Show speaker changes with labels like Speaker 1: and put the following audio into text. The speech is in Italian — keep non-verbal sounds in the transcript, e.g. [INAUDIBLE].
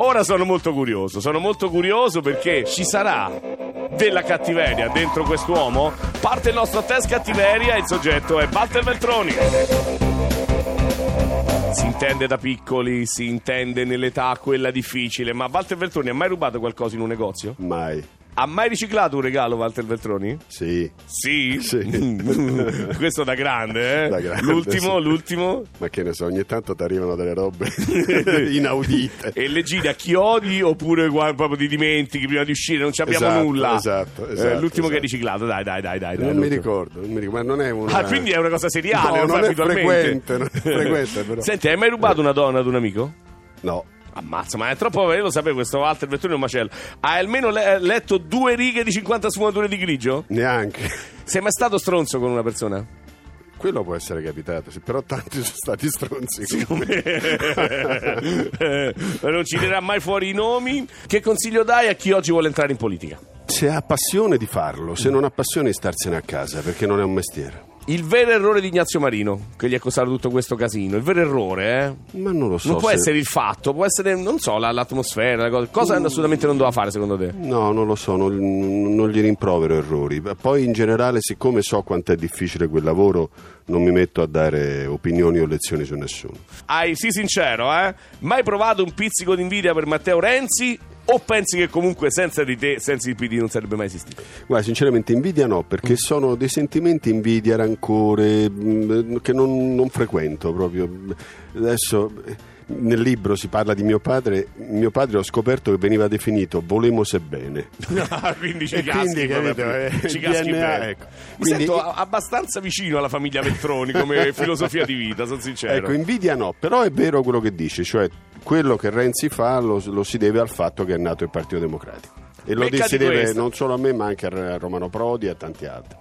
Speaker 1: ora sono molto curioso, sono molto curioso perché ci sarà della cattiveria dentro quest'uomo? Parte il nostro test cattiveria e il soggetto è Walter Veltroni. Si intende da piccoli, si intende nell'età quella difficile, ma Walter Veltroni ha mai rubato qualcosa in un negozio?
Speaker 2: Mai.
Speaker 1: Ha mai riciclato un regalo Walter Veltroni?
Speaker 2: Sì.
Speaker 1: Sì.
Speaker 2: [LAUGHS] Sì.
Speaker 1: Questo da grande, eh?
Speaker 2: Da grande,
Speaker 1: l'ultimo,
Speaker 2: sì.
Speaker 1: l'ultimo.
Speaker 2: Ma che ne so, ogni tanto ti arrivano delle robe
Speaker 1: [LAUGHS]
Speaker 2: inaudite.
Speaker 1: E le gira chi odi oppure guarda, proprio ti dimentichi prima di uscire, non ci abbiamo
Speaker 2: Esatto,
Speaker 1: nulla.
Speaker 2: esatto,
Speaker 1: Eh,
Speaker 2: esatto,
Speaker 1: l'ultimo che hai
Speaker 2: esatto.
Speaker 1: riciclato, dai, dai, dai, dai. dai,
Speaker 2: Non mi
Speaker 1: l'ultimo.
Speaker 2: ricordo, non mi ricordo, ma non è una...
Speaker 1: Ah, quindi è una cosa seriale,
Speaker 2: No,
Speaker 1: lo fai
Speaker 2: non è
Speaker 1: abitualmente.
Speaker 2: frequente,
Speaker 1: [LAUGHS]
Speaker 2: non è frequente, però.
Speaker 1: Senti, hai mai rubato una donna ad un amico?
Speaker 2: No.
Speaker 1: Ammazza, ma è troppo, io lo sapevo, questo Walter Vettone è un macello. Hai almeno le- letto due righe di 50 sfumature di grigio?
Speaker 2: Neanche.
Speaker 1: Sei mai stato stronzo con una persona?
Speaker 2: Quello può essere capitato, sì, però tanti sono stati
Speaker 1: [LAUGHS]
Speaker 2: stronzi. [LAUGHS]
Speaker 1: Eh, [LAUGHS] non ci dirà mai fuori i nomi. Che consiglio dai a chi oggi vuole entrare in politica?
Speaker 2: Se ha passione di farlo, se non ha passione di starsene a casa, perché non è un mestiere.
Speaker 1: Il vero errore di Ignazio Marino, che gli è costato tutto questo casino, il vero errore, eh?
Speaker 2: Ma non lo so.
Speaker 1: Non può
Speaker 2: se-
Speaker 1: essere il fatto, può essere, non so, la- l'atmosfera, la cosa, cosa assolutamente non doveva fare secondo te?
Speaker 2: No, non lo so, non, non gli rimprovero errori. Ma Poi in generale, siccome so quanto è difficile quel lavoro, non mi metto a dare opinioni o lezioni su nessuno.
Speaker 1: Hai, sì sincero, eh? Mai provato un pizzico di invidia per Matteo Renzi? O pensi che comunque senza di te, senza il PD non sarebbe mai [LAUGHS] esistito?
Speaker 2: Guarda, sinceramente invidia no, perché sono dei sentimenti invidia, rancore, mh, che non, non frequento proprio. Adesso eh, nel libro si parla di mio padre, mio padre ho scoperto che veniva definito volemos bene.
Speaker 1: quindi ci
Speaker 2: E
Speaker 1: caschi,
Speaker 2: quindi,
Speaker 1: proprio,
Speaker 2: capito, eh,
Speaker 1: ci
Speaker 2: il
Speaker 1: caschi
Speaker 2: DNA,
Speaker 1: bene.
Speaker 2: ecco.
Speaker 1: Mi
Speaker 2: Quindi-
Speaker 1: sento a- abbastanza vicino alla famiglia Veltroni [LAUGHS] come filosofia di vita, sono sincero.
Speaker 2: Ecco, invidia no, però è vero quello che dice, cioè quello che Renzi fa lo, lo si deve al fatto che è nato il Partito Democratico. E lo
Speaker 1: Beccati
Speaker 2: si deve
Speaker 1: questa.
Speaker 2: non solo a me ma anche a Romano Prodi e a tanti altri.